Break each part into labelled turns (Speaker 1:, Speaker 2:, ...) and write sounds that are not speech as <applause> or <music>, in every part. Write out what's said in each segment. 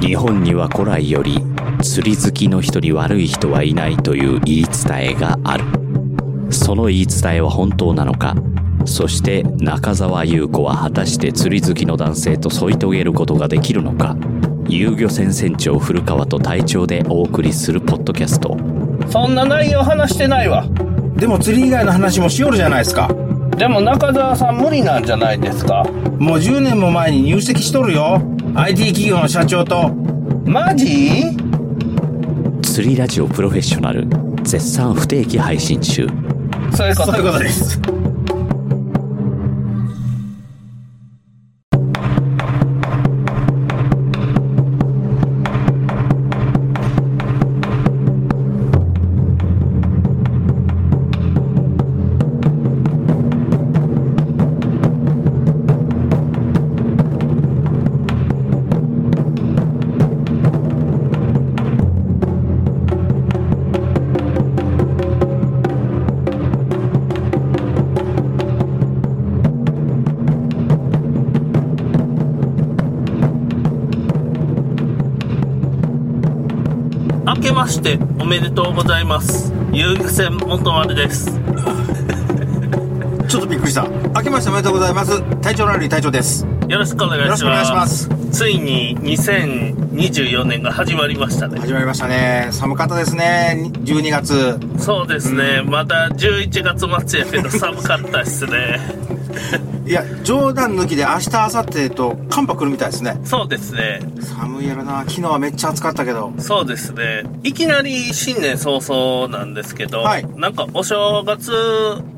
Speaker 1: 日本には古来より釣り好きの人に悪い人はいないという言い伝えがあるその言い伝えは本当なのかそして中澤優子は果たして釣り好きの男性と添い遂げることができるのか遊漁船船長古川と隊長でお送りするポッドキャスト
Speaker 2: そんな内容話してないわ
Speaker 3: でも釣り以外の話もしよるじゃないですか
Speaker 2: でも中澤さん無理なんじゃないですか
Speaker 3: もう10年も前に入籍しとるよ IT 企業の社長と
Speaker 2: マジ
Speaker 1: 釣りラジオプロフェッショナル絶賛不定期配信中
Speaker 2: そういうこ
Speaker 3: そういうことです
Speaker 2: 明けましておめでとうございます遊漁船元丸です
Speaker 3: ちょっとびっくりした明けましておめでとうございます隊長ラリー隊長です
Speaker 2: よろしくお願いします
Speaker 3: よろしくお願いし
Speaker 2: ついに2024年が始まりましたね
Speaker 3: 始まりましたね寒かったですね12月
Speaker 2: そうですね、まだ11月末やけど寒かったっすね
Speaker 3: いや冗談抜きで明日明後日と寒波来るみたいですね
Speaker 2: <laughs> そうですね
Speaker 3: 寒いやろな昨日はめっちゃ暑かったけど
Speaker 2: そうですねいきなり新年早々なんですけど、
Speaker 3: はい
Speaker 2: なんかお正月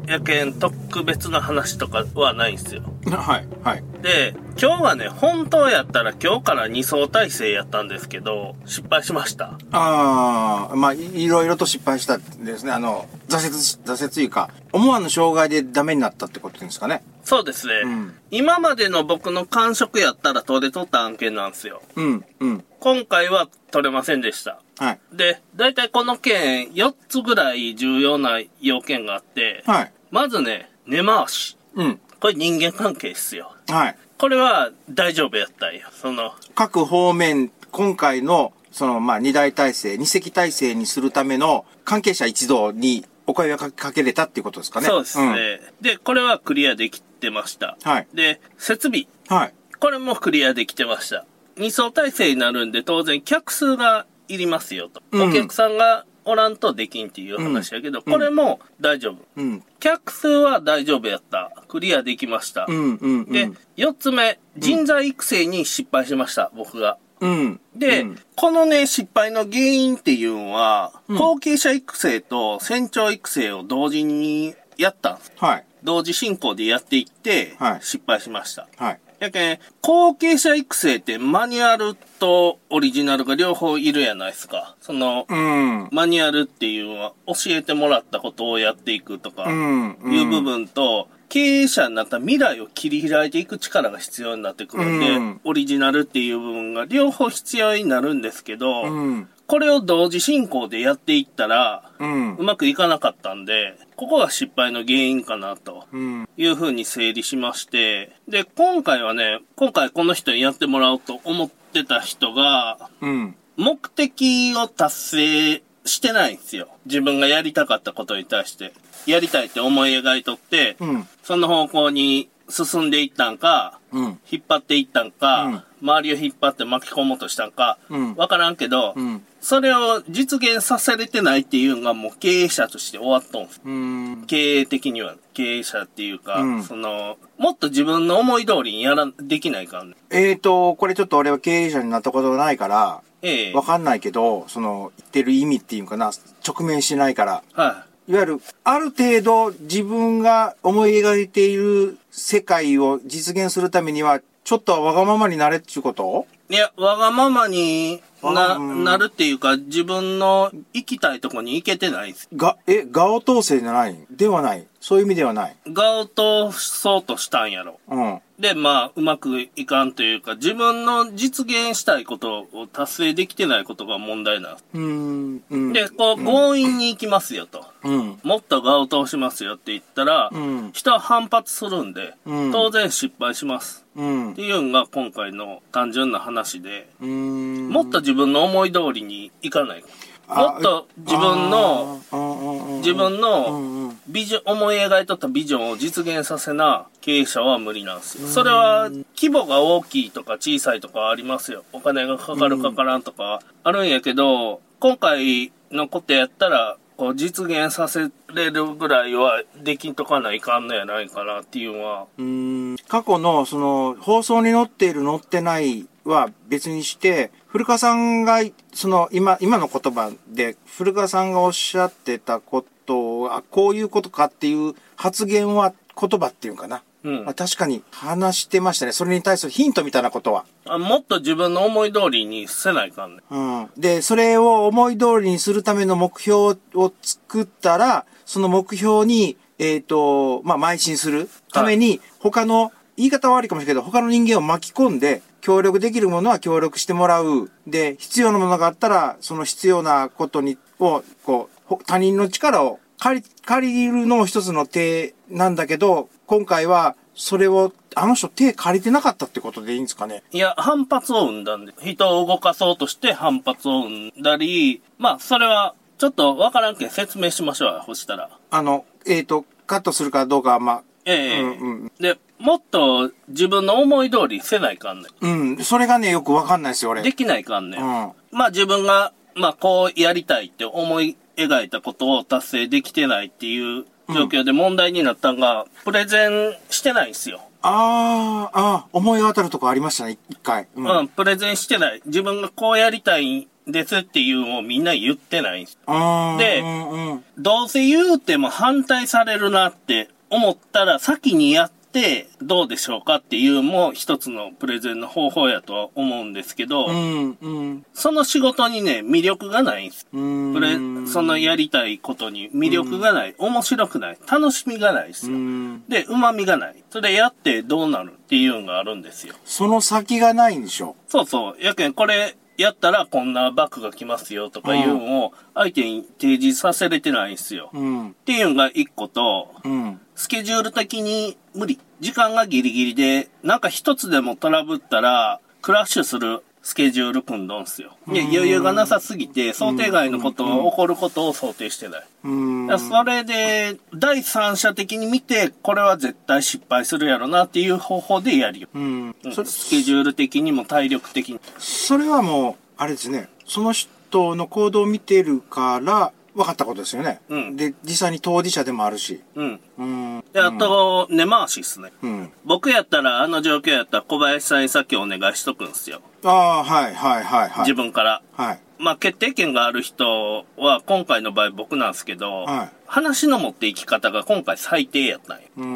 Speaker 2: やけん特別な話とかはないんですよ
Speaker 3: はいはい
Speaker 2: で、今日はね、本当やったら今日から2層体制やったんですけど、失敗しました。
Speaker 3: ああまあいいろいろと失敗したですねあの挫折し挫折というか思わぬ障害でダメになったってことですかね
Speaker 2: そうですね。
Speaker 3: うん
Speaker 2: 今までの僕の感触やったら取れとった案件なんですよ。
Speaker 3: うんうん
Speaker 2: 今回は取れませんでした。
Speaker 3: はい
Speaker 2: で、だいたいこの件4つぐらい重要な要件があって、
Speaker 3: はい
Speaker 2: まずね、根回し。
Speaker 3: うん
Speaker 2: これ人間関係っすよ。
Speaker 3: はい
Speaker 2: これは大丈夫やったんよ。その、
Speaker 3: 各方面、今回の、その、まあ、二大体制、二席体制にするための関係者一同にお声をかかけれたっていうことですかね。
Speaker 2: そうですね、で、これはクリアできてました。
Speaker 3: はい
Speaker 2: で、設備。
Speaker 3: うん。はい。
Speaker 2: これもクリアできてました。二層体制になるんで当然客数がいりますよと。
Speaker 3: うん
Speaker 2: お客さんがおらんとできんっていう話やけど、これも大丈夫。
Speaker 3: うん。
Speaker 2: 客数は大丈夫やった。クリアできました。
Speaker 3: うん、うん、うん。
Speaker 2: で、四つ目、人材育成に失敗しました、僕が。
Speaker 3: うん。
Speaker 2: で、
Speaker 3: うん
Speaker 2: このね、失敗の原因っていうのは、後継者育成と船長育成を同時にやったんです。
Speaker 3: はい。
Speaker 2: 同時進行でやっていって
Speaker 3: はい、
Speaker 2: 失敗しました。
Speaker 3: はい。
Speaker 2: やけん、後継者育成ってマニュアルとオリジナルが両方いるやないですか。その、
Speaker 3: うん。
Speaker 2: マニュアルっていうのは教えてもらったことをやっていくとか、
Speaker 3: うん。うん
Speaker 2: いう部。分と、経営者になった未来を切り開いていく力が必要になってくるんで、
Speaker 3: うん
Speaker 2: オリジナルっていう部分が両方必要になるんですけど、
Speaker 3: うん。
Speaker 2: これを同時進行でやっていったら、
Speaker 3: うん
Speaker 2: う。まくいかなかったんで、ここが失敗の原因かなと。
Speaker 3: うん。
Speaker 2: いう風に整理しまして、で、今回はね、今回この人にやってもらおうと思ってた人が、
Speaker 3: うん。
Speaker 2: 目的を達成してないんですよ。自分がやりたかったことに対して、やりたいって思い描いとって、
Speaker 3: うん。
Speaker 2: その方向に進んでいったんか、
Speaker 3: うん。
Speaker 2: 引っ張っていったんか、
Speaker 3: うん
Speaker 2: 周りを引っ張って巻き込もうとしたんか、
Speaker 3: うん
Speaker 2: わからんけど、
Speaker 3: うん。
Speaker 2: それを実現させれてないっていうのがもう経営者として終わっとんす
Speaker 3: うん。
Speaker 2: 経営的には、経営者っていうか、
Speaker 3: うん
Speaker 2: その、もっと自分の思い通りにやら、できないからね。
Speaker 3: えーと、これちょっと俺は経営者になったことがないから、
Speaker 2: ええ
Speaker 3: わかんないけど、その、言ってる意味っていうのかな、直面してないから、
Speaker 2: はい
Speaker 3: わゆる、ある程度自分が思い描いている世界を実現するためには、ちょっとはわがままになれっちゅうこと
Speaker 2: い。いや、わがままにな、
Speaker 3: あうん
Speaker 2: なるっていうか、自分の行きたいとこに行けてないです。
Speaker 3: が、え、顔統制じゃないではない。そういう意味ではない。
Speaker 2: 顔とそうとしたんやろ。
Speaker 3: うん。
Speaker 2: で、まあ、うまくいかんというか、自分の実現したいことを達成できてないことが問題なんです。
Speaker 3: うーん。うん。
Speaker 2: で、こう、強引に行きますよと。
Speaker 3: うん。
Speaker 2: もっと顔通しますよって言ったら、
Speaker 3: うん
Speaker 2: 人は反発するんで、
Speaker 3: うん
Speaker 2: 当然失敗します。
Speaker 3: うん。
Speaker 2: っていうのが今回の単純な話で、
Speaker 3: うーん。
Speaker 2: もっと自分の思い通りにいかない。
Speaker 3: あ
Speaker 2: もっと自分の、
Speaker 3: あーうんうんうん
Speaker 2: 自分
Speaker 3: うんう
Speaker 2: の
Speaker 3: ん
Speaker 2: ビジョン、思い描いとったビジョンを実現させな経営者は無理なんですよ。それは規模が大きいとか小さいとかありますよ。お金がかかるかからんとかあるんやけど、今回のことやったら、こう実現させれるぐらいはできんとかないかんのやないかなっていうのは。
Speaker 3: うん過去のその放送に載っている載ってないは別にして、古川さんがその今、今の言葉で古川さんがおっしゃってたことを、あ、こういうことかっていう発言は言葉っていうのかな。
Speaker 2: うん
Speaker 3: まあ、確かに話してましたね。それに対するヒントみたいなことは。
Speaker 2: あもっと自分の思い通りにせないかんね。
Speaker 3: うん。で、それを思い通りにするための目標を作ったら、その目標に、えっ、と、まあ、邁進するために、他の、言い方は悪いかもしれないけど、他の人間を巻き込んで、協力できるものは協力してもらう。で、必要なものがあったら、その必要なことに、を、こうほ、他人の力を借り、借りるのも一つの手なんだけど、今回は、それを、あの人手借りてなかったってことでいいんですかね。
Speaker 2: いや、反発を生んだんで、人を動かそうとして反発を生んだり、まあ、それは、ちょっとわからんけん説明しましょうよ、ほしたら。
Speaker 3: あの、えっ、と、カットするかどうかは、まあ、
Speaker 2: ええ
Speaker 3: うんうん
Speaker 2: で、もっと自分の思い通りせないかんね
Speaker 3: うん、それがね、よくわかんないですよ、俺。
Speaker 2: ん。できないかんねん。
Speaker 3: うん
Speaker 2: まあ自分が、まあこうやりたいって思い描いたことを達成できてないっていう状況で問題になったんが、プレゼンしてないんですよ。
Speaker 3: あー、あー思い当たるとこありましたね、一回。うん。
Speaker 2: うん、プレゼンしてない。自分がこうやりたいんですっていうのをみんな言ってないんです。
Speaker 3: あー
Speaker 2: で
Speaker 3: うんうん。
Speaker 2: どうせ言うても反対されるなって思ったら先にやってどうでしょうかっていうのも一つのプレゼンの方法やとは思うんですけど、
Speaker 3: うん、うん。
Speaker 2: その仕事にね、魅力がないんです。
Speaker 3: うん。
Speaker 2: プレ、そのやりたいことに魅力がない、面白くない、楽しみがないです
Speaker 3: う
Speaker 2: よ。
Speaker 3: ん。
Speaker 2: で、旨味がない。それやってどうなるっていうのがあるんですよ。
Speaker 3: その先がないんでしょ。
Speaker 2: そうそう。やけん、これやったらこんなバックが来ますよとかいうのを相手に提示させれてないんですよ。っ
Speaker 3: うん。
Speaker 2: ていうのが一個と、
Speaker 3: うん。
Speaker 2: スケジュール的に無理。時間がギリギリで、なんか一つでもトラブったら、クラッシュするスケジュール組んどんすよ。で、余裕がなさすぎて、想定外のことが起こることを想定してない。
Speaker 3: うん。
Speaker 2: だからそれで、第三者的に見て、これは絶対失敗するやろなっていう方法でやるよ。
Speaker 3: うん。
Speaker 2: うん
Speaker 3: それ、
Speaker 2: スケジュール的にも体力的に。
Speaker 3: それはもう、あれですね。その人の行動を見てるから、分かったことですよね。
Speaker 2: うん
Speaker 3: で、実際に当事者でもあるし。
Speaker 2: うん。
Speaker 3: うん。
Speaker 2: で、あと、根回しっすね。
Speaker 3: うん。
Speaker 2: 僕やったら、あの状況やったら小林さんにさっきお願いしとくんすよ。
Speaker 3: ああー、はい、はい、はい、はい。
Speaker 2: 自分から。
Speaker 3: はい。
Speaker 2: まあ、決定権がある人は、今回の場合僕なんですけど、
Speaker 3: はい
Speaker 2: 話の持っていき方が今回最低やったんよ。
Speaker 3: う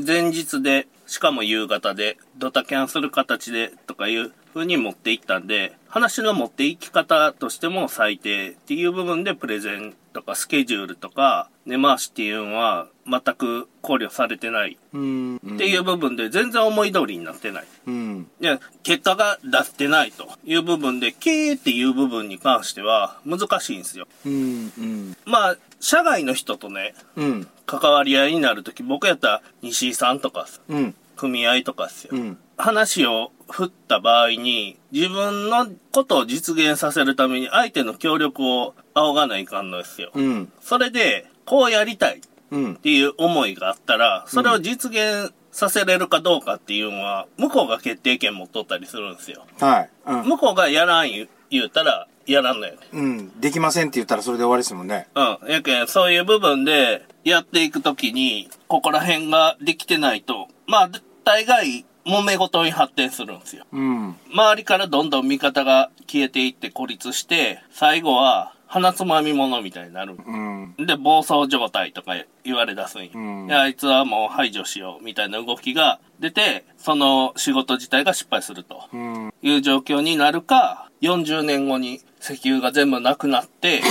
Speaker 3: ん。
Speaker 2: 前日で、しかも夕方で、ドタキャンする形でとかいう風に持っていったんで、話の持っていき方としても最低っていう部分でプレゼンとかスケジュールとか根回しっていうのは全く考慮されてない
Speaker 3: うん。
Speaker 2: っていう部分で全然思い通りになってない。
Speaker 3: うん。
Speaker 2: で、結果が出してないという部分で、経営っていう部分に関しては難しいんですよ。
Speaker 3: うん。うん。
Speaker 2: まあ、社外の人とね、
Speaker 3: うん。
Speaker 2: 関わり合いになるとき、僕やったら西井さんとかさ
Speaker 3: うん。
Speaker 2: 組合とかっすよ。
Speaker 3: うん。
Speaker 2: 話を振った場合に、自分のことを実現させるために相手の協力を仰がないかんのですよ。
Speaker 3: うん。
Speaker 2: それで、こうやりたいっ
Speaker 3: うん。
Speaker 2: ていう思いがあったら、それを実現させれるかどうかっていうのは、向こうが決定権持っとったりするんですよ。
Speaker 3: はい。うん。
Speaker 2: 向こうがやらん言う言うたら、やらんのよね。
Speaker 3: うん。できませんって言ったらそれで終わりですもんね。
Speaker 2: うん。やけん、そういう部分でやっていくときに、ここら辺ができてないと、まあ、大概、揉め事に発展するんですよ。
Speaker 3: うん。
Speaker 2: 周りからどんどん味方が消えていって孤立して、最後は、鼻つまみ者みたいになる。
Speaker 3: うん。
Speaker 2: で、暴走状態とか言われ出すんよ。
Speaker 3: うん
Speaker 2: であいつはもう排除しようみたいな動きが出て、その仕事自体が失敗すると。
Speaker 3: うん。
Speaker 2: いう状況になるか、40年後に石油が全部なくな
Speaker 3: <laughs>
Speaker 2: って、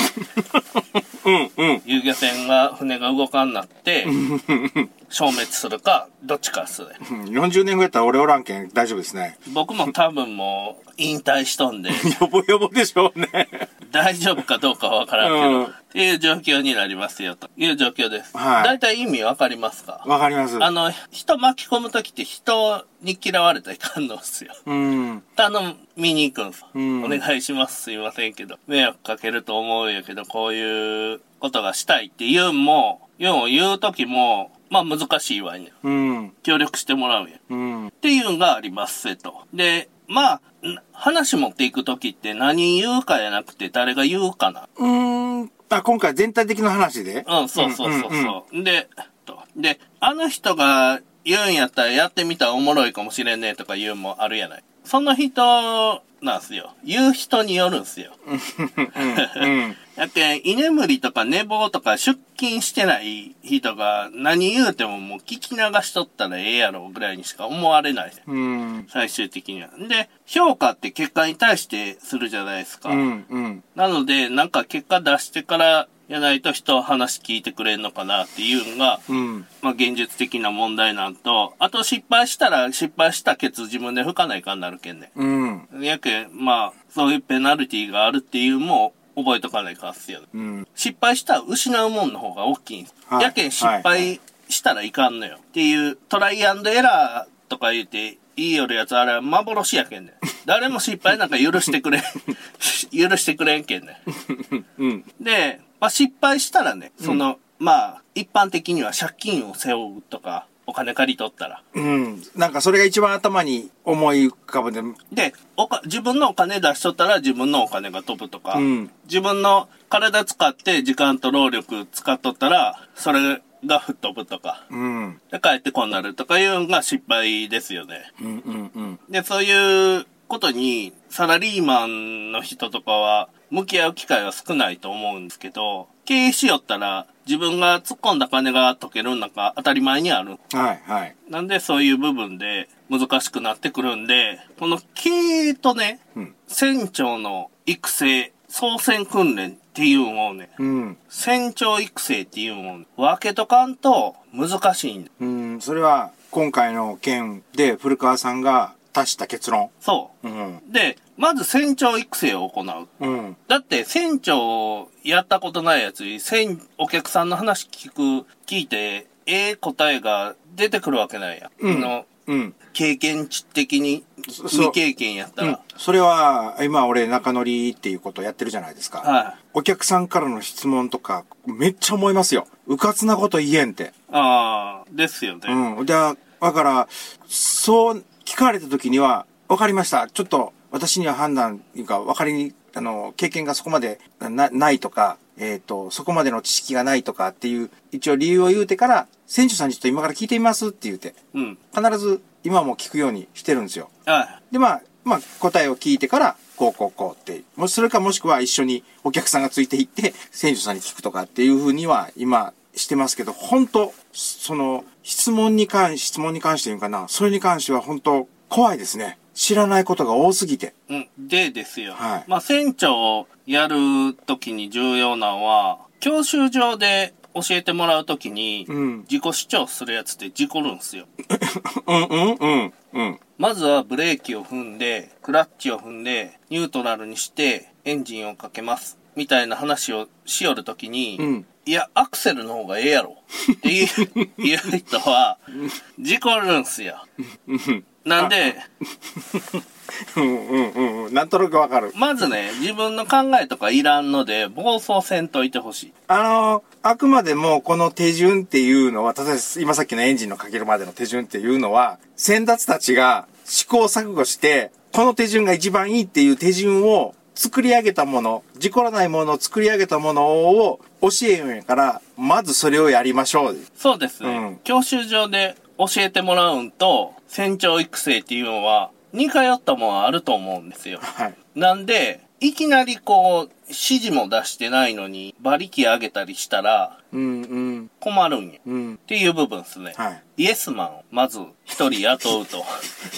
Speaker 3: うん。うん。
Speaker 2: 遊漁船が、船が動かんなって、消滅するか、どっちかっすね。
Speaker 3: 40年後やったら俺おらんけん大丈夫ですね。 <laughs>
Speaker 2: 僕も多分もう、引退しとんで、
Speaker 3: よぼよぼでしょうね。
Speaker 2: 大丈夫かどうかはわからんけど、
Speaker 3: うん
Speaker 2: っていう状況になりますよ、という状況です。
Speaker 3: はい
Speaker 2: 大体意味わかりますか
Speaker 3: わかります。
Speaker 2: あの、人巻き込むときって人に嫌われたらいかんのっすよ。
Speaker 3: うん。
Speaker 2: 頼みに行くんす。
Speaker 3: うん
Speaker 2: お願いします。すいませんけど。迷惑かけると思うんやけど、こういうことがしたいって言うんも、言うんを言うときも、まあ難しいわいね。
Speaker 3: うん。
Speaker 2: 協力してもらうんや。っ
Speaker 3: うん。
Speaker 2: ていうのがありますせと。で、まあ、ん話持っていくときって何言うかやなくて誰が言うかな。
Speaker 3: うーん。あ、今回全体的な話で
Speaker 2: うん、そうそうそうそう。
Speaker 3: んんん
Speaker 2: で、とで、あの人が言うんやったらやってみたらおもろいかもしれんねとか言うんもあるやない。その人なんすよ。言う人によるんすよ。
Speaker 3: うん。うん。
Speaker 2: やけん、居眠りとか寝坊とか出勤してない人が何言うてももう聞き流しとったらええやろぐらいにしか思われない。
Speaker 3: うん。
Speaker 2: 最終的には。で、評価って結果に対してするじゃないですか。
Speaker 3: うん。うん。
Speaker 2: なので、なんか結果出してからやないと人は話聞いてくれんのかなっていうのが、
Speaker 3: うん。
Speaker 2: まあ現実的な問題なんと、あと失敗したら失敗したケツ自分で吹かないかになるけんね。
Speaker 3: うん。
Speaker 2: やけん、まあ、そういうペナルティがあるっていうのも覚えとかないかんっすよね。
Speaker 3: うん。
Speaker 2: 失敗したら失うもんの方が大きいんです。
Speaker 3: はい
Speaker 2: やけん失
Speaker 3: は
Speaker 2: 敗したらいかんのよ。っていう、トライアンドエラーとか言うて、いいよるやつあれは幻やけんね。誰も失敗なんか許してくれん、 <laughs> 許してくれんけんね。
Speaker 3: うん。
Speaker 2: で、まあ、失敗したらね、その、まあ、一般的には借金を背負うとか、お金借り取ったら。
Speaker 3: うん。なんかそれが一番頭に思い浮かぶんで。
Speaker 2: で、おか、自分のお金出しとったら自分のお金が飛ぶとか、
Speaker 3: うん
Speaker 2: 自分の体使って時間と労力使っとったら、それが吹っ飛ぶとか、
Speaker 3: うん。
Speaker 2: で、帰ってこんなるとかいうのが失敗ですよね。
Speaker 3: うん。うん。うん。
Speaker 2: で、そういうことに、サラリーマンの人とかは、向き合う機会は少ないと思うんですけど、経営しよったら、自分が突っ込んだ金が溶けるんなんか当たり前にある。
Speaker 3: はい。はい。
Speaker 2: なんでそういう部分で難しくなってくるんで、この経営とね、
Speaker 3: うん
Speaker 2: 船長の育成、操船訓練っていうのをね、
Speaker 3: うん。
Speaker 2: 船長育成っていうのを分けとかんと難しいんだ
Speaker 3: うん。それは、今回の件で古川さんが足した結論。
Speaker 2: そう。
Speaker 3: うん。
Speaker 2: で、まず船長育成を行う。
Speaker 3: うん。
Speaker 2: だって船長やったことないやつに、船、お客さんの話聞く、聞いて、ええ答えが出てくるわけないや。
Speaker 3: うん
Speaker 2: あの、
Speaker 3: うん。
Speaker 2: 経験値的に、
Speaker 3: そそう
Speaker 2: 未経験やった
Speaker 3: うん
Speaker 2: ら。、
Speaker 3: それは今俺中乗りっていうことをやってるじゃないですか、
Speaker 2: はい。
Speaker 3: お客さんからの質問とかめっちゃ思いますようかつなこと言えんって
Speaker 2: ああ、ですよね。
Speaker 3: うんだだからそう聞かれた時には分かりましたちょっと私には判断っていうか分かりにあの経験がそこまでなないとかえっ、とそこまでの知識がないとかっていう一応理由を言うてから船長さんにちょっと今から聞いてみますって言うて
Speaker 2: うん。
Speaker 3: 必ず今はもう聞くようにしてるんですよ
Speaker 2: はい。
Speaker 3: で、まあ、まあ、答えを聞いてから、こうこうこうって、もしそれかもしくは一緒にお客さんがついていって、船長さんに聞くとかっていうふうには今してますけど、本当その、質問に関し、質問に関して言うかな、それに関しては本当怖いですね。知らないことが多すぎて。
Speaker 2: うん。でですよ。
Speaker 3: はい
Speaker 2: まあ、船長をやるときに重要なのは、教習所で教えてもらうときに、
Speaker 3: うん。
Speaker 2: 自己主張するやつって事故るんすよ。
Speaker 3: うんうんうん。うん。
Speaker 2: まずはブレーキを踏んで、クラッチを踏んで、ニュートラルにして、エンジンをかけます。みたいな話をしよるときに、
Speaker 3: うん
Speaker 2: いや、アクセルの方がええやろ。っ
Speaker 3: <laughs>
Speaker 2: ていう、いう人は、事故るんすよ。なんで、
Speaker 3: うんうんうんうん。なんとなくわかる。
Speaker 2: まずね、自分の考えとかいらんので、暴走せんといてほしい。
Speaker 3: あの、あくまでもこの手順っていうのは、例えば今さっきのエンジンのかけるまでの手順っていうのは、先達たちが試行錯誤して、この手順が一番いいっていう手順を作り上げたもの、事故らないものを作り上げたものを教えるんやから、まずそれをやりましょう。
Speaker 2: そうですね。
Speaker 3: うん
Speaker 2: 教習所で教えてもらうんと、船長育成っていうのは、似通ったもんはあると思うんですよ。
Speaker 3: はい。
Speaker 2: なんで、いきなりこう、指示も出してないのに、馬力上げたりしたら、
Speaker 3: うんうん
Speaker 2: 困るんよ。っ
Speaker 3: うん。
Speaker 2: ていう部分ですね。
Speaker 3: はい。
Speaker 2: イエスマンを、まず、一人雇うと。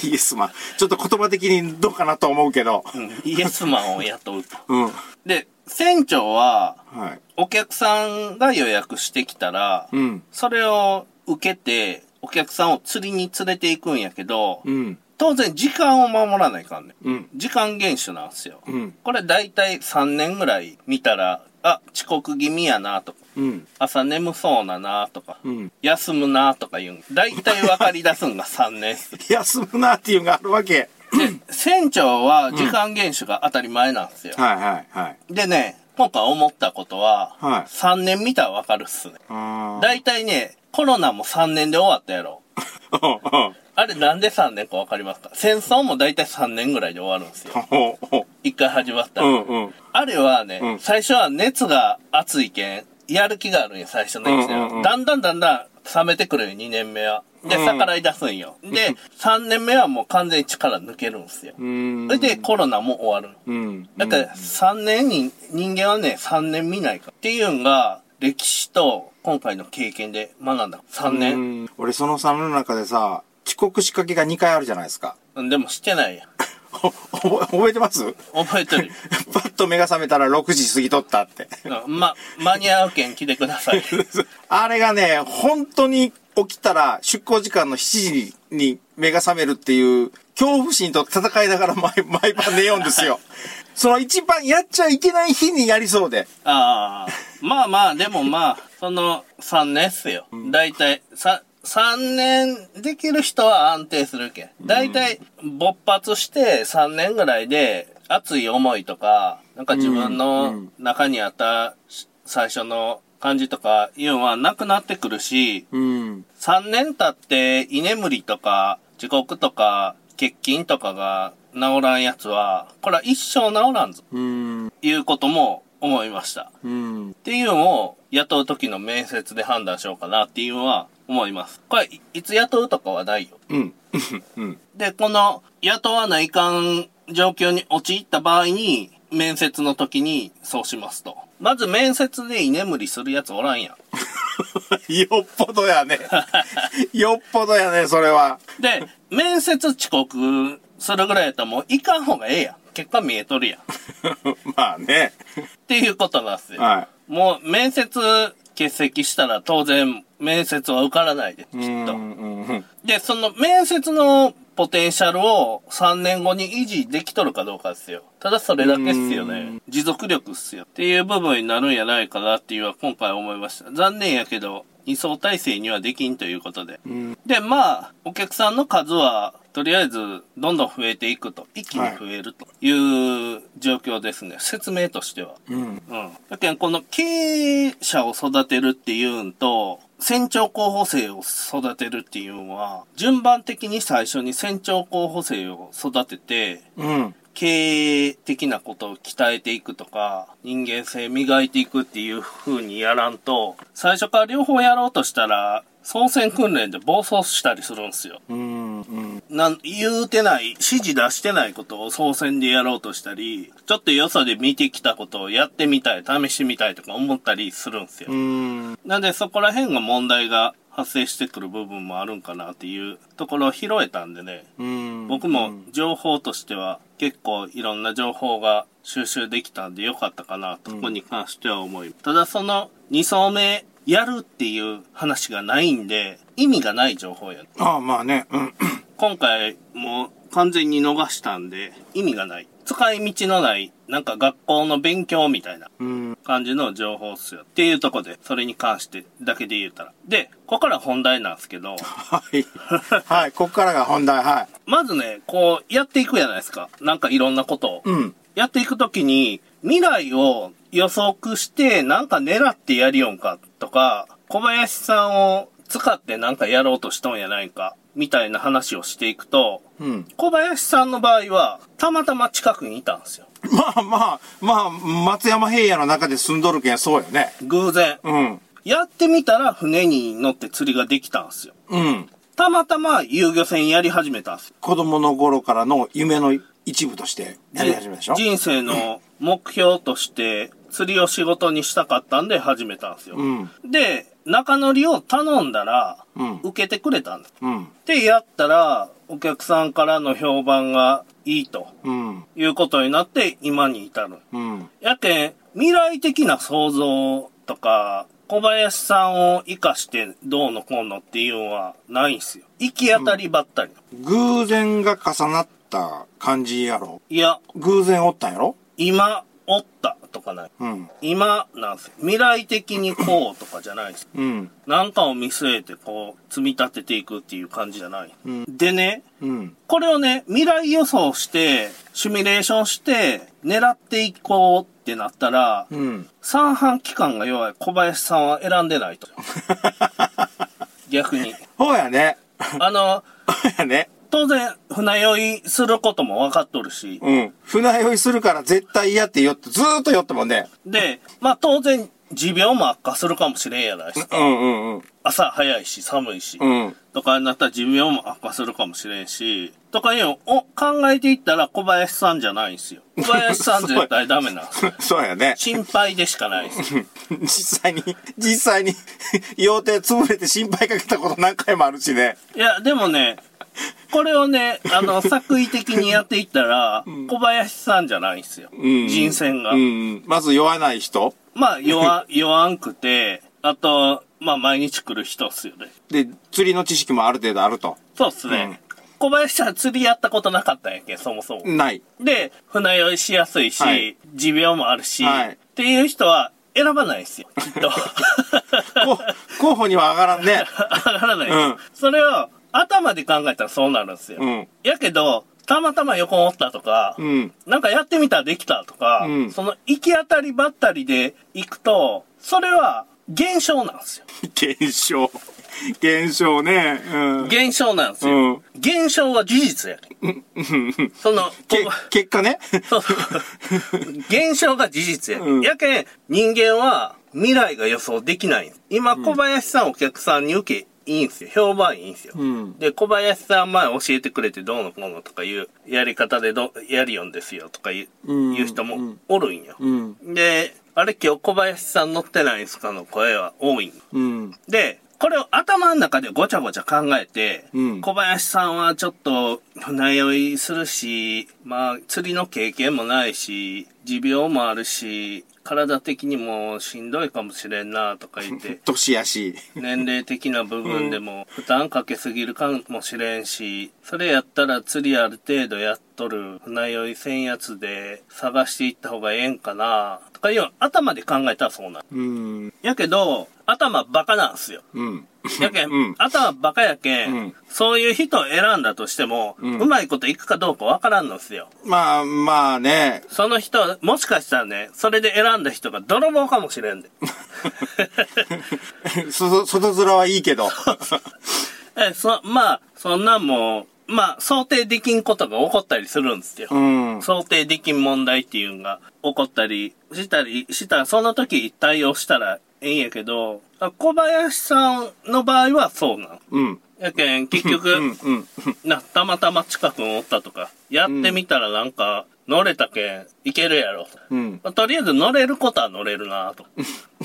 Speaker 3: イエスマン。ちょっと言葉的にどうかなと思うけど。
Speaker 2: うんイエスマンを雇うと。
Speaker 3: うん。
Speaker 2: で、船長は、
Speaker 3: はい。
Speaker 2: お客さんが予約してきたら、
Speaker 3: うん。
Speaker 2: それを受けて、お客さんを釣りに連れて行くんやけど、
Speaker 3: うん。
Speaker 2: 当然時間を守らないかんねん。
Speaker 3: うん。
Speaker 2: 時間厳守なんですよ。
Speaker 3: うん。
Speaker 2: これ大体3年ぐらい見たら、あ、遅刻気味やなとか、
Speaker 3: うん。
Speaker 2: 朝眠そうななとか、
Speaker 3: うん。
Speaker 2: 休むなとか言うん。大体分かり出
Speaker 3: <laughs>
Speaker 2: すんが3年。
Speaker 3: 休むなっていうのがあるわけ。
Speaker 2: 船長は時間厳守が当たり前なんですよ。
Speaker 3: はいはいはい。
Speaker 2: でね、今回思ったことは、
Speaker 3: はい
Speaker 2: 3年見たら分かるっすね。
Speaker 3: あ
Speaker 2: 大体ね、コロナも3年で終わったやろ。
Speaker 3: あ。
Speaker 2: あれなんで3年か分かりますか戦争も大体3年ぐらいで終わるんですよ。一回始まっ
Speaker 3: <laughs>
Speaker 2: た
Speaker 3: う
Speaker 2: ら。
Speaker 3: んうん。
Speaker 2: あれはね、
Speaker 3: うん
Speaker 2: 最初は熱が熱いけん、やる気があるんよ、最初の1年は。
Speaker 3: うんうんうん
Speaker 2: だんだんだんだん冷めてくるよ、2年目は。で、
Speaker 3: うん
Speaker 2: 逆らい出すんよ。で、3年目はもう完全に力抜けるんですよ。
Speaker 3: うん。
Speaker 2: それで、コロナも終わる。
Speaker 3: うん。
Speaker 2: だから、3年に、人間はね、3年見ないか。っていうんが、歴史と今回の経験で学んだ。3
Speaker 3: う
Speaker 2: 年。
Speaker 3: ん俺その3の中でさ、遅刻仕掛けが2回あるじゃないですか。 <laughs>
Speaker 2: でもしてないやん。
Speaker 3: ほ覚え覚えてます <laughs>
Speaker 2: 覚えてるよ。
Speaker 3: パッと目が覚めたら6時過ぎとったって。 <laughs>
Speaker 2: うんま、間に合うけん来てください。
Speaker 3: あれがね、本当に起きたら出航時間の7時に目が覚めるっていう恐怖心と戦いながら毎毎晩寝ようんですよ。その一番やっちゃいけない日にやりそうで。
Speaker 2: ああ、まあまあ、でもまあ、その3年っすよ。大体、さ、3年できる人は安定するけん。大体、勃発して3年ぐらいで、熱い思いとか、なんか自分
Speaker 3: うんう
Speaker 2: の
Speaker 3: ん
Speaker 2: 中にあったし最初の感じとかいうのはなくなってくるし、
Speaker 3: うん。
Speaker 2: 3年経って居眠りとか、遅刻とか、欠勤とかが治らんやつは、これは一生治らんぞ、
Speaker 3: うん。
Speaker 2: いうことも思いました。
Speaker 3: うん。
Speaker 2: っていうのを雇う時の面接で判断しようかなっていうのは思います。これ、いいつ雇うとかはないよ。
Speaker 3: うん。 <laughs> うん。
Speaker 2: で、この雇わないかん状況に陥った場合に、面接の時にそうしますと。まず面接で居眠りするやつおらんや
Speaker 3: よっぽどやね。 <laughs> よっぽどやね、それは。 <laughs>
Speaker 2: ん。で、面接遅刻するぐらいやったらもう行かん方がええやん。結果見えとるやん。っ
Speaker 3: まあね。
Speaker 2: ていうことなんですよ。
Speaker 3: は
Speaker 2: もう面接欠席したら当然面接は受からないで、きっ
Speaker 3: い。
Speaker 2: と。
Speaker 3: うんうん
Speaker 2: で、その面接のポテンシャルを3年後に維持できとるかどうかですよ。ただそれだけっすよ
Speaker 3: う
Speaker 2: ね。持続力っすよ。っていう部分になるんやないかなっていうのは今回思いました。残念やけど、二層体制にはできんということで。
Speaker 3: うん。
Speaker 2: で、まあ、お客さんの数は、とりあえず、どんどん増えていくと。一気に増えるという状況ですね。説明としては。
Speaker 3: うん。
Speaker 2: うん。だけど、この経営者を育てるっていうんと、船長候補生を育てるっていうのは、順番的に最初に船長候補生を育てて、
Speaker 3: うん。
Speaker 2: 経営的なことを鍛えていくとか、人間性磨いていくっていう風にやらんと、最初から両方やろうとしたら、操船訓練で暴走したりするんですよ。
Speaker 3: うん。うん。
Speaker 2: なん、言うてない、指示出してないことを総選でやろうとしたり、ちょっとよそで見てきたことをやってみたい、試してみたいとか思ったりするんですよ。
Speaker 3: うん。
Speaker 2: なんでそこら辺が問題が発生してくる部分もあるんかなっていうところを拾えたんでね、
Speaker 3: うん。
Speaker 2: 僕も情報としては結構いろんな情報が収集できたんでよかったかなと、ここに関しては思い。ただその2層目やるっていう話がないんで、意味がない情報や。
Speaker 3: ああ、まあね。うん。
Speaker 2: 今回もう完全に逃したんで意味がない。使い道のない、なんか学校の勉強みたいな
Speaker 3: うん。
Speaker 2: 感じの情報っすよ。っていうとこで、それに関してだけで言うたら。で、ここから本題なんですけど、
Speaker 3: はい。はい。こっからが本題。は
Speaker 2: まずね、こうやっていくじゃないですか。なんかいろんなことを。
Speaker 3: い。うん。
Speaker 2: やっていくときに、未来を予測して、なんか狙ってやりよんかとか、小林さんを使ってなんかやろうとしとんやないか、みたいな話をしていくと、
Speaker 3: うん。
Speaker 2: 小林さんの場合は、たまたま近くにいたんですよ。
Speaker 3: まあまあ、まあ、松山平野の中で住んどるけん、そうよね。
Speaker 2: 偶然。
Speaker 3: うん。
Speaker 2: やってみたら船に乗って釣りができたんですよ。
Speaker 3: うん。
Speaker 2: たまたま遊漁船やり始めたんですよ。
Speaker 3: 子供の頃からの夢の一部としてやり始めたでしょ
Speaker 2: 人生の目標として釣りを仕事にしたかったんで始めたんですよ。
Speaker 3: うん。
Speaker 2: で、中乗りを頼んだら、
Speaker 3: うん
Speaker 2: 受けてくれたんです。
Speaker 3: うん。
Speaker 2: で、やったら、お客さんからの評判がいいと
Speaker 3: うん。
Speaker 2: いうことになって、今に至る。
Speaker 3: うん。
Speaker 2: やけん、未来的な想像とか、小林さんを生かしてどうのこうのっていうのはないんすよ。行き当たりばったりの。
Speaker 3: 偶然が重なった感じやろ。
Speaker 2: いや、
Speaker 3: 偶然おったんやろ
Speaker 2: 今、おったとかない。
Speaker 3: うん。
Speaker 2: 今、なんすよ。未来的にこうとかじゃないんすよ。
Speaker 3: うん。
Speaker 2: なんかを見据えてこう、積み立てていくっていう感じじゃない。
Speaker 3: うん
Speaker 2: でね、
Speaker 3: うん。
Speaker 2: これをね、未来予想して、シミュレーションして、狙っていこうってなったら、
Speaker 3: うん。
Speaker 2: 三半規管が弱い小林さんは選んで
Speaker 3: <laughs>
Speaker 2: ないと。逆に。
Speaker 3: そうやね。
Speaker 2: あの、
Speaker 3: そうやね。
Speaker 2: 当然、船酔いすることも分かっとるし、
Speaker 3: うん。船酔いするから絶対嫌って言って、ずーっと酔ったもんね。
Speaker 2: で、まあ当然、持病も悪化するかもしれんやないですか。
Speaker 3: うんうんうん。
Speaker 2: 朝早いし、寒いし、
Speaker 3: うん。 <laughs>
Speaker 2: とかになったら持病も悪化するかもしれんし、とかいうのを考えていったら小林さんじゃないんですよ。小林さん絶対ダメなんです
Speaker 3: <laughs>
Speaker 2: よ
Speaker 3: そうやね。
Speaker 2: 心配でしかないです。
Speaker 3: 実際に、実際に、妖艇潰れて心配かけたこと何回もあるしね。
Speaker 2: いや、でもね、これをね、あ
Speaker 3: <laughs>
Speaker 2: の、作為的にやっていったら、小林さんじゃないんですよ。
Speaker 3: うん
Speaker 2: 人選が。
Speaker 3: うんうん。まず酔わない人。
Speaker 2: まあ、弱、弱んくて、あと、まあ、毎日来る人っすよね。
Speaker 3: で、釣りの知識もある程度あると。
Speaker 2: そうっすね。小林さん釣りやったことなかったんやけん、そもそも。
Speaker 3: ない。
Speaker 2: で、船酔いしやすいし、
Speaker 3: はい
Speaker 2: 持病もあるし、
Speaker 3: はい
Speaker 2: っていう人は選ばないですよ、
Speaker 3: <laughs>
Speaker 2: きっと。
Speaker 3: こ候補には上がらんね。
Speaker 2: 上がらないです、
Speaker 3: うん
Speaker 2: それを頭で考えたらそうなるんですよ。
Speaker 3: うん。
Speaker 2: やけど、たまたま横におったとか、
Speaker 3: うん。
Speaker 2: なんかやってみたらできたとか、
Speaker 3: うん
Speaker 2: その行き当たりばったりで行くと、それは現象なんですよ。
Speaker 3: 現象。現象ね。うん。
Speaker 2: 現象なんですよ。
Speaker 3: うん
Speaker 2: 現象は事実やね、ん。 <laughs> その、
Speaker 3: け
Speaker 2: こ
Speaker 3: 結果ね。
Speaker 2: そう <laughs> そう。現象が事実や。
Speaker 3: うん
Speaker 2: やけん、人間は未来が予想できないん今、小林さんお客さんに受け、いいんすよ。評判いいんすよ。
Speaker 3: ん
Speaker 2: で、小林さん前教えてくれてどうのこうのとかいうやり方でどうやるよんですよとかいう,、
Speaker 3: ん
Speaker 2: いう人もおるんよ。
Speaker 3: <laughs> うん。
Speaker 2: で、あれ今日小林さん乗ってないんすかの声は多いん
Speaker 3: うん。
Speaker 2: で、これを頭の中でごちゃごちゃ考えて、
Speaker 3: うん、
Speaker 2: 小林さんはちょっと船酔いするし、まあ釣りの経験もないし、持病もあるし、体的にもしんどいかもしれんなとか言って
Speaker 3: 年やし。
Speaker 2: 年齢的な部分でも負担かけすぎるかもしれんし、それやったら釣りある程度やっとる船酔いせんやつで探していった方がええんかなとかいうの頭で考えたらそうなん。
Speaker 3: うん。
Speaker 2: やけど、頭バカなんすよ。
Speaker 3: うん。
Speaker 2: やけん、
Speaker 3: うん
Speaker 2: 頭バカやけん、
Speaker 3: うん
Speaker 2: そういう人を選んだとしても、うまいこといくかどうかわからんのですよ。
Speaker 3: まあまあね。
Speaker 2: その人、もしかしたらね、それで選んだ人が泥棒かもしれんで。
Speaker 3: そ、外面はいいけど。
Speaker 2: え、そ、まあ、そんなんもう、まあ、想定できんことが起こったりするんですよ。
Speaker 3: うん。
Speaker 2: 想定できん問題っていうのが起こったりしたりしたら、その時対応したらええんやけど、小林さんの場合はそうなん。
Speaker 3: うん。
Speaker 2: やけん、結局、
Speaker 3: うん。うん。
Speaker 2: な、たまたま近くにおったとか、やってみたらなんか、乗れたけん、いけるやろ。
Speaker 3: うん。
Speaker 2: まあとりあえず乗れることは乗れる
Speaker 3: <laughs>
Speaker 2: なと。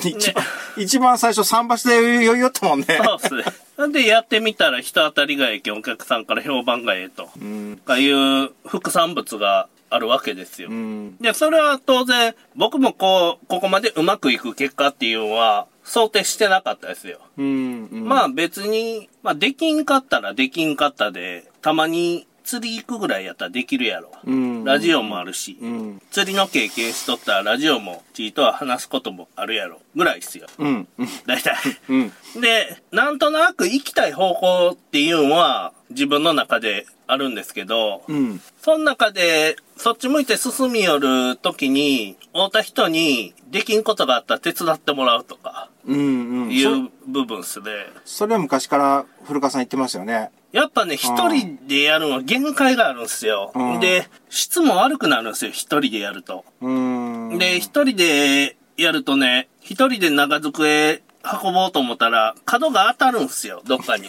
Speaker 3: 一番、一番最初桟橋で酔いよったもんね。
Speaker 2: そうっすね。なんでやってみたら人当たりがええけん、お客さんから評判がええと。
Speaker 3: うん。
Speaker 2: かいう副産物があるわけですよ
Speaker 3: う。ん。
Speaker 2: で、それは当然、僕もこう、ここまでうまくいく結果っていうのは、想定してなかったですよ。
Speaker 3: うん。
Speaker 2: まあ別に、まあできんかったらできんかったで、たまに釣り行くぐらいやったらできるやろ。
Speaker 3: うん。
Speaker 2: ラジオもあるし、
Speaker 3: うん。
Speaker 2: 釣りの経験しとったらラジオもチーとは話すこともあるやろ。ぐらいっすよ。
Speaker 3: うん。うん。
Speaker 2: 大体。
Speaker 3: うん。
Speaker 2: で、なんとなく行きたい方向っていうのは自分の中であるんですけど、
Speaker 3: うん。
Speaker 2: その中でそっち向いて進み寄る時に、会った人にできんことがあったら手伝ってもらうとか、
Speaker 3: うん。
Speaker 2: い
Speaker 3: うん。
Speaker 2: う部分っすね。
Speaker 3: それは昔から古川さん言ってましたよね。
Speaker 2: やっぱね、一人でやるのは限界があるんですよ
Speaker 3: うん。
Speaker 2: で、質も悪くなるんですよ、一人でやると。
Speaker 3: うん。
Speaker 2: で、一人でやるとね、一人で長机運ぼうと思ったら、角が当たるんすよ、どっかに。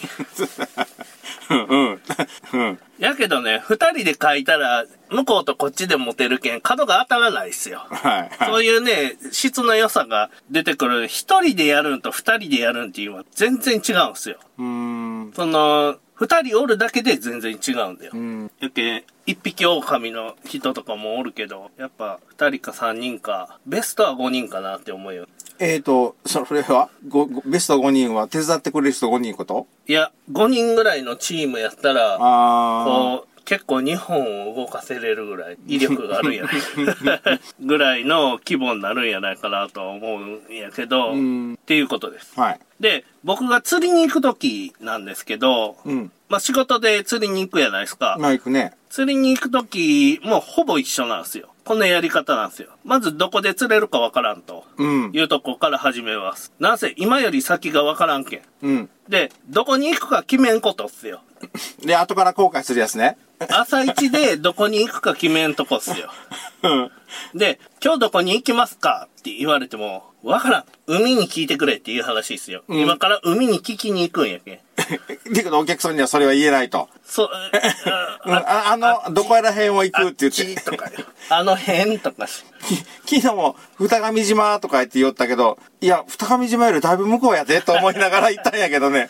Speaker 3: うん。うん。うん。
Speaker 2: やけどね、二人で書いたら、向こうとこっちで持てるけん、角が当たらないっすよ。
Speaker 3: はい。
Speaker 2: そう
Speaker 3: い。
Speaker 2: いうね、質の良さが出てくる。一人でやるんと二人でやるんっていうのは全然違うんすよ。
Speaker 3: うん。
Speaker 2: その、二人おるだけで全然違うんだよ。
Speaker 3: うん。
Speaker 2: やけん一匹狼の人とかもおるけど、やっぱ二人か三人か、ベストは五人かなって思うよ。
Speaker 3: えっ、と、それはごごベスト5人は手伝ってくれる人5人のこと
Speaker 2: いや、五人ぐらいのチームやったら、
Speaker 3: あ
Speaker 2: こう、結構日本を動かせれるぐらい、威力があるん
Speaker 3: <laughs>
Speaker 2: やないぐらいの規模になるんやないかなとは思うんやけど、
Speaker 3: うん
Speaker 2: っていうことです。
Speaker 3: あ。はい。
Speaker 2: で、僕が釣りに行くときなんですけど、
Speaker 3: うん。
Speaker 2: まあ、仕事で釣りに行くやないですか。
Speaker 3: まあ行くね。
Speaker 2: 釣りに行くとき、もうほぼ一緒なんですよ。こんなやり方なんですよ。まずどこで釣れるかわからんと。
Speaker 3: うん。
Speaker 2: いうとこから始めます。なんせ今より先がわからんけん。
Speaker 3: うん。
Speaker 2: で、どこに行くか決めんことっすよ。
Speaker 3: で、後から後悔するやつね。 <laughs>
Speaker 2: 朝一でどこに行くか決めんとこっすよ。で、今日どこに行きますかって言われても、わからん。海に聞いてくれっていう話っすよ。
Speaker 3: ん
Speaker 2: 今から海に聞きに行くんやけん。
Speaker 3: だけどお客さんにはそれは言えないと。 <laughs>
Speaker 2: そう、
Speaker 3: うん、ああの、どこら辺を行くって言っ
Speaker 2: あっち
Speaker 3: て。
Speaker 2: とかよ。あの辺とかし。
Speaker 3: <laughs> き昨日も、二上島とか言って言おったけど、いや、二上島よりだいぶ向こうやでと思いながら行ったんやけどね。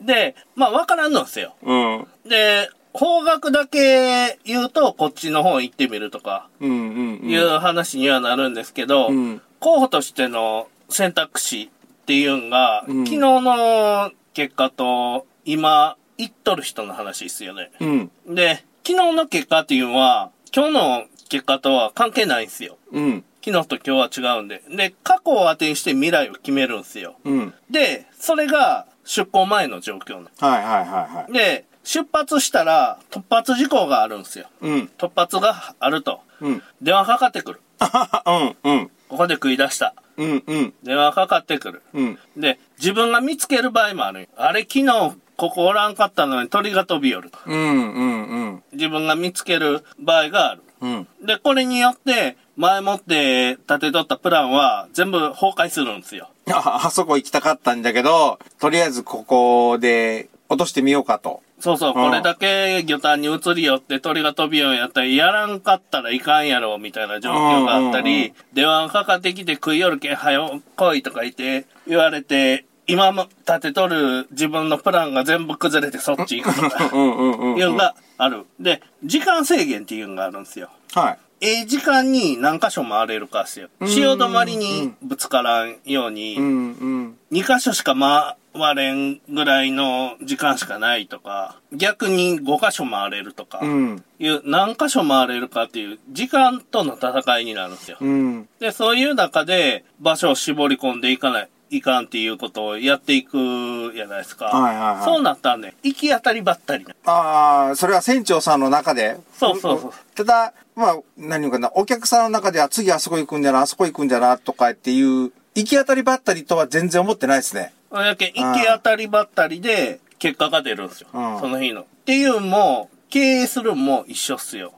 Speaker 2: で、まあわからんのっすよ。
Speaker 3: うん。
Speaker 2: で、方角だけ言うと、こっちの方行ってみるとか、
Speaker 3: うんうんうん。
Speaker 2: いう話にはなるんですけど、
Speaker 3: うん
Speaker 2: 候補としての選択肢っていうんが、
Speaker 3: うん
Speaker 2: 昨日の結果と、今、行っとる人の話ですよね。
Speaker 3: うん。
Speaker 2: で、昨日の結果っていうのは、今日の結果とは関係ないんですよ。
Speaker 3: うん。
Speaker 2: 昨日と今日は違うんで。で、過去を当てにして未来を決めるんですよ。
Speaker 3: うん。
Speaker 2: で、それが出航前の状況なんです
Speaker 3: はいはいはいはい。
Speaker 2: で、出発したら突発事項があるんですよ。
Speaker 3: うん。
Speaker 2: 突発があると。
Speaker 3: うん。
Speaker 2: 電話かかってくる。
Speaker 3: あうんうん。
Speaker 2: ここで食い出した。
Speaker 3: うんうん。
Speaker 2: 電話かかってくる。
Speaker 3: うん。
Speaker 2: で、自分が見つける場合もあるんよ。あれ昨日ここおらんかったのに鳥が飛び寄ると。
Speaker 3: うんうんうん。
Speaker 2: 自分が見つける場合がある。
Speaker 3: うん。
Speaker 2: で、これによって前もって立てとったプランは全部崩壊するんですよ。
Speaker 3: あ、あそこ行きたかったんだけど、とりあえずここで落としてみようかと。
Speaker 2: そうそう、
Speaker 3: うん
Speaker 2: これだけ魚探に移り寄って鳥が飛びようんやったら、やらんかったらいかんやろ、みたいな状況があ
Speaker 3: う
Speaker 2: った
Speaker 3: んうんう
Speaker 2: り
Speaker 3: ん、
Speaker 2: 電話がかかってきて食い寄るけん、はよ来いとか言って、言われて、今も立てとる自分のプランが全部崩れてそっち行くとか、
Speaker 3: うんうんうん、
Speaker 2: いうのがある。で、時間制限っていうのがあるんですよ。
Speaker 3: はい。
Speaker 2: ええ時間に何箇所回れるかっすよ。潮止まりにぶつからんように、
Speaker 3: うんうん。
Speaker 2: 2箇所しか回れんぐらいの時間しかないとか、逆に5箇所回れるとか、
Speaker 3: うん。
Speaker 2: いう何箇所回れるかっていう時間との戦いになるんですよ。
Speaker 3: うん。
Speaker 2: で、そういう中で場所を絞り込んでいかない。いかんっていうことをやっていくじゃないですか。
Speaker 3: はいはいはい
Speaker 2: そうなったらね、行き当たりばったりな。
Speaker 3: ああ、それは船長さんの中で。
Speaker 2: そうそうそう。
Speaker 3: ただ、まあ、何言うかな、お客さんの中では次あそこ行くんじゃな、あそこ行くんじゃな、とかっていう、行き当たりばったりとは全然思ってないですね。
Speaker 2: やけん行き当たりばったりで結果が出るんですよ。
Speaker 3: うん
Speaker 2: その日の。っていうのも、経営するのも一緒っ
Speaker 3: <laughs>
Speaker 2: すよ。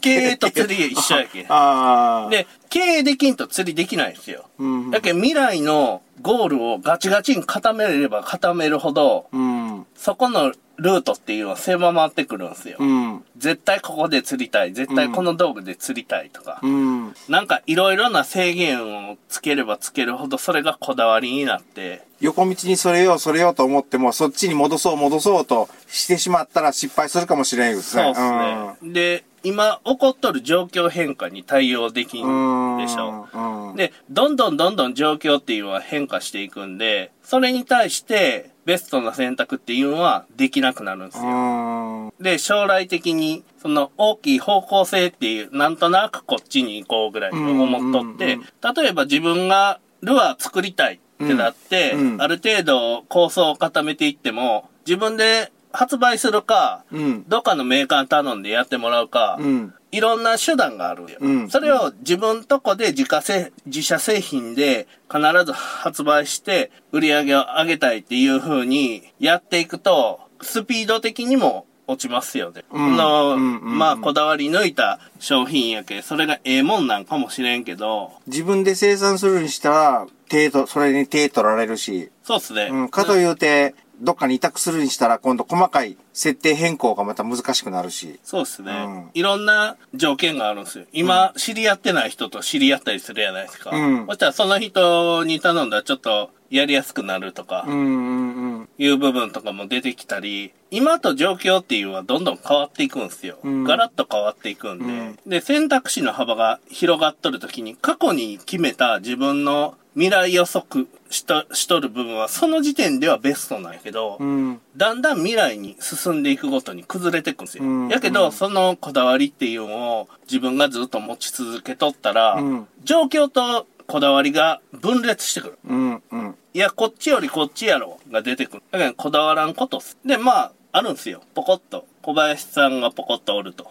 Speaker 2: 経営と釣り一緒やけん。
Speaker 3: ああ。
Speaker 2: で、経営できんと釣りできないんですよ。
Speaker 3: うん
Speaker 2: だけど未来のゴールをガチガチに固めれば固めるほど、
Speaker 3: うん。
Speaker 2: そこのルートっていうのは狭まってくるんですよ。
Speaker 3: うん。
Speaker 2: 絶対ここで釣りたい。絶対この道具で釣りたいとか。
Speaker 3: うん。
Speaker 2: なんかいろいろな制限をつければつけるほどそれがこだわりになって、
Speaker 3: 横道にそれようそれようと思っても、そっちに戻そう戻そうとしてしまったら失敗するかもしれんですね。
Speaker 2: そうですね。で、今起こっとる状況変化に対応でき
Speaker 3: うん。
Speaker 2: んでしょ。
Speaker 3: うん。
Speaker 2: で、どんどんどんどん状況っていうのは変化していくんで、それに対してベストな選択っていうのはできなくなるんです
Speaker 3: う
Speaker 2: よ。
Speaker 3: ん。
Speaker 2: で、将来的に、その大きい方向性っていう、なんとなくこっちに行こうぐらい思っとっ
Speaker 3: う
Speaker 2: て
Speaker 3: んうん、
Speaker 2: 例えば自分がルアー作りたいってなって、
Speaker 3: うんうん
Speaker 2: ある程度構想を固めていっても、自分で発売するか、
Speaker 3: うん。
Speaker 2: どっかのメーカーに頼んでやってもらうか、
Speaker 3: うん。
Speaker 2: いろんな手段があるよ。
Speaker 3: うん
Speaker 2: それを自分とこで自家製、自社製品で必ず発売して売り上げを上げたいっていう風にやっていくと、スピード的にも落ちますよね。
Speaker 3: うん
Speaker 2: の、
Speaker 3: うんうん
Speaker 2: まあ、こだわり抜いた商品やけ、それがええもんなんかもしれんけど、
Speaker 3: 自分で生産するにしたら、手と、それに手取られるし、
Speaker 2: そうっすね。
Speaker 3: うん、かというて、どっかに委託するにしたら、今度細かい設定変更がまた難しくなるし。
Speaker 2: そうですね、
Speaker 3: うん
Speaker 2: いろんな条件があるんですよ。今、知り合ってない人と知り合ったりするじゃないですか。
Speaker 3: うん
Speaker 2: そしたらその人に頼んだらちょっとやりやすくなるとか
Speaker 3: うんうんうん。
Speaker 2: いう部分とかも出てきたり、今と状況っていうのはどんどん変わっていくんですよ。
Speaker 3: うん
Speaker 2: ガラッと変わっていくんで、
Speaker 3: うん
Speaker 2: で、選択肢の幅が広がっとるときに、過去に決めた自分の未来予測しとしとる部分は、その時点ではベストなんやけど、
Speaker 3: うん。
Speaker 2: だんだん未来に進んでいくごとに崩れていくんですよ。
Speaker 3: うん
Speaker 2: やけど、そのこだわりっていうのを自分がずっと持ち続けとったら、
Speaker 3: うん
Speaker 2: 状況とこだわりが分裂してくる。
Speaker 3: うんうん。
Speaker 2: いや、こっちよりこっちやろが出てくる。だからこだわらんことっす。で、まあ、あるんすよ。ポコッと。小林さんがポコッとお
Speaker 3: <laughs>
Speaker 2: ると。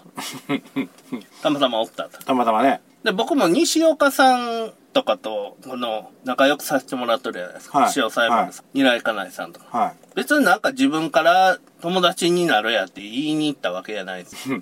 Speaker 2: たまたまおったと。
Speaker 3: たまたまね。
Speaker 2: で、僕も西岡さんとかと、この、仲良くさせてもらっとるじゃないですか。
Speaker 3: はい
Speaker 2: 塩さえまるさん、二来かなえさんとか。
Speaker 3: は
Speaker 2: 別になんか自分から友達になるやって言いに行ったわけじゃない
Speaker 3: <laughs>
Speaker 2: です。
Speaker 3: い。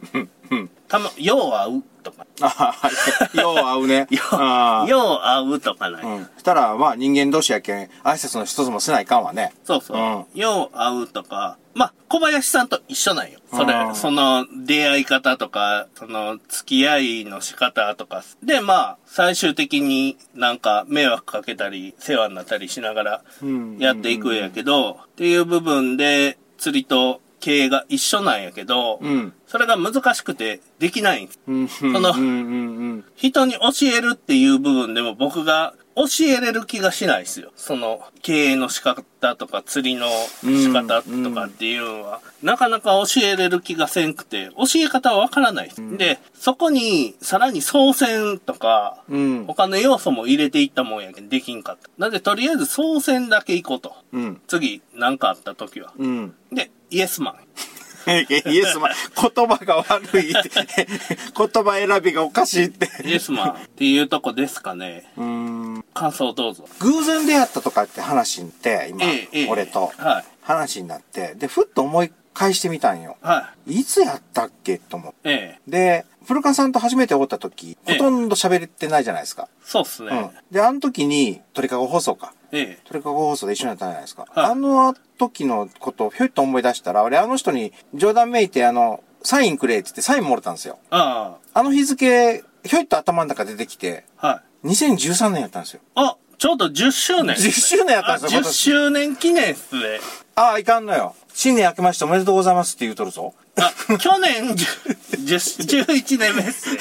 Speaker 3: うん。
Speaker 2: たま、よう会うとか。
Speaker 3: あははよう合うね。
Speaker 2: <laughs> よ
Speaker 3: あ
Speaker 2: う、よう会うとかない。
Speaker 3: うん。したら、まあ人間同士やけん、挨拶の一つもせないかんわね。
Speaker 2: そうそう。よう会うとか、まあ、小林さんと一緒なんよ。そ
Speaker 3: うん
Speaker 2: れ、その、出会い方とか、その、付き合いの仕方とか。で、まあ、最終的になんか、迷惑かけたり、世話になったりしながら
Speaker 3: うん、
Speaker 2: やっていくんやけど、っていう部分で、釣りと経営が一緒なんやけど、
Speaker 3: うん。
Speaker 2: それが難しくて、できないんです。
Speaker 3: うん。そ
Speaker 2: の
Speaker 3: うんうんうん。
Speaker 2: 人に教えるっていう部分でも僕が教えれる気がしないですよ。その経営の仕方とか釣りの仕方とかっていうのは、なかなか教えれる気がせんくて、教え方はわからないです。で、そこにさらに総選とか、
Speaker 3: うん。
Speaker 2: 他の要素も入れていったもんやけんできんかった。なんでとりあえず総選だけ行こうと。
Speaker 3: うん。
Speaker 2: 次、何かあった時は。
Speaker 3: うん。
Speaker 2: で、イエスマン。
Speaker 3: イエスマン、言葉が悪いって、 <laughs> 言葉選びがおかしいって。
Speaker 2: イエスマンっていうとこですかね。
Speaker 3: うーん。
Speaker 2: 感想どうぞ。
Speaker 3: 偶然出会ったとかって話って、今、
Speaker 2: ええええ
Speaker 3: 俺と、
Speaker 2: はい
Speaker 3: 話になって、で、ふっと思い返してみたんよ。
Speaker 2: はい
Speaker 3: つやったっけと思って。
Speaker 2: い。ええ。
Speaker 3: で、古川さんと初めて会った時、
Speaker 2: え
Speaker 3: ほ
Speaker 2: え
Speaker 3: とんど喋ってないじゃないですか。
Speaker 2: そうっすね。
Speaker 3: うん。で、あの時に、鳥かご放送か。
Speaker 2: ええ。
Speaker 3: 鳥かご放送で一緒になったじゃないですか。
Speaker 2: はい
Speaker 3: あの時のことをひょいっと思い出したら、俺あの人に冗談めいて、あの、サインくれって言ってサインもらったんですよ。
Speaker 2: あ
Speaker 3: あの日付、ひょいっと頭の中出てきて、
Speaker 2: あ、はい。
Speaker 3: 2013年やったんですよ。
Speaker 2: あ、ちょうど10周年っす、
Speaker 3: 10周年やったんですよ今
Speaker 2: あ10
Speaker 3: 年
Speaker 2: 周年記念っすね。
Speaker 3: ああ、いかんのよ。新年明けましておめでとうございますって言うとるぞ。
Speaker 2: あ、
Speaker 3: <laughs>
Speaker 2: 去年10 10 11年目っすね。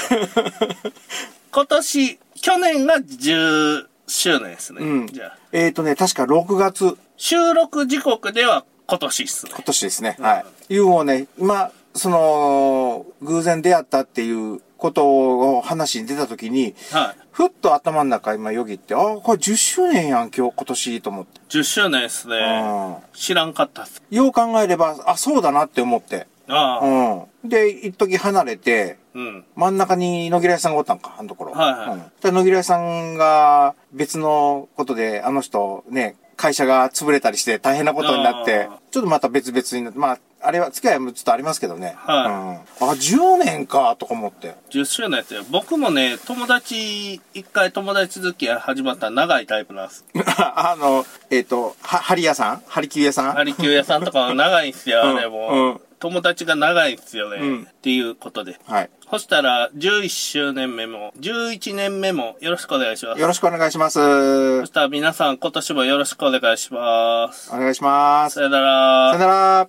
Speaker 2: 今年、去年が10周年っすね。
Speaker 3: うん
Speaker 2: じゃあ、
Speaker 3: えっ、ー、とね、確か6月、
Speaker 2: 収録時刻では今年っすね。
Speaker 3: 今年ですね。はい。いうをね、今、その、偶然出会ったっていうことを話に出た時に、
Speaker 2: はい。
Speaker 3: ふっと頭の中今よぎって、ああ、これ10周年やん、今日、今年と思って。
Speaker 2: 10周年っすね。
Speaker 3: う
Speaker 2: 知らんかったっす。
Speaker 3: ん。よう考えれば、あ、そうだなって思って。
Speaker 2: ああ、
Speaker 3: うん。で、一時離れて、
Speaker 2: うん。
Speaker 3: 真ん中に野木良さんがおったんか、あのところ。
Speaker 2: はいは
Speaker 3: う
Speaker 2: い
Speaker 3: ん。で野木良さんが別のことで、あの人、ね、会社が潰れたりして大変なことになって
Speaker 2: あー、
Speaker 3: ちょっとまた別々になって、まあ、あれは、付き合いもちょっとありますけどね。。
Speaker 2: はい
Speaker 3: うん。あ、10年か、とか思って。 <laughs>
Speaker 2: 10周年って、僕もね、友達、一回友達付き合い始まった長いタイプなんです。
Speaker 3: あの、えっ、と、は、針屋さん針切り屋さん
Speaker 2: ハリキュー屋さんとかは長いんすよ、
Speaker 3: うん
Speaker 2: あれも。
Speaker 3: うん
Speaker 2: 友達が長いんすよね、
Speaker 3: うん
Speaker 2: っていうことで。
Speaker 3: はい。
Speaker 2: そしたら、11周年目も、11年目もよろしくお願いします
Speaker 3: よ。ろしくお願いします。お
Speaker 2: そしたら皆さん今年もよろしくお願いします。
Speaker 3: 願いします。
Speaker 2: さ
Speaker 3: さ
Speaker 2: よなら
Speaker 3: よなら。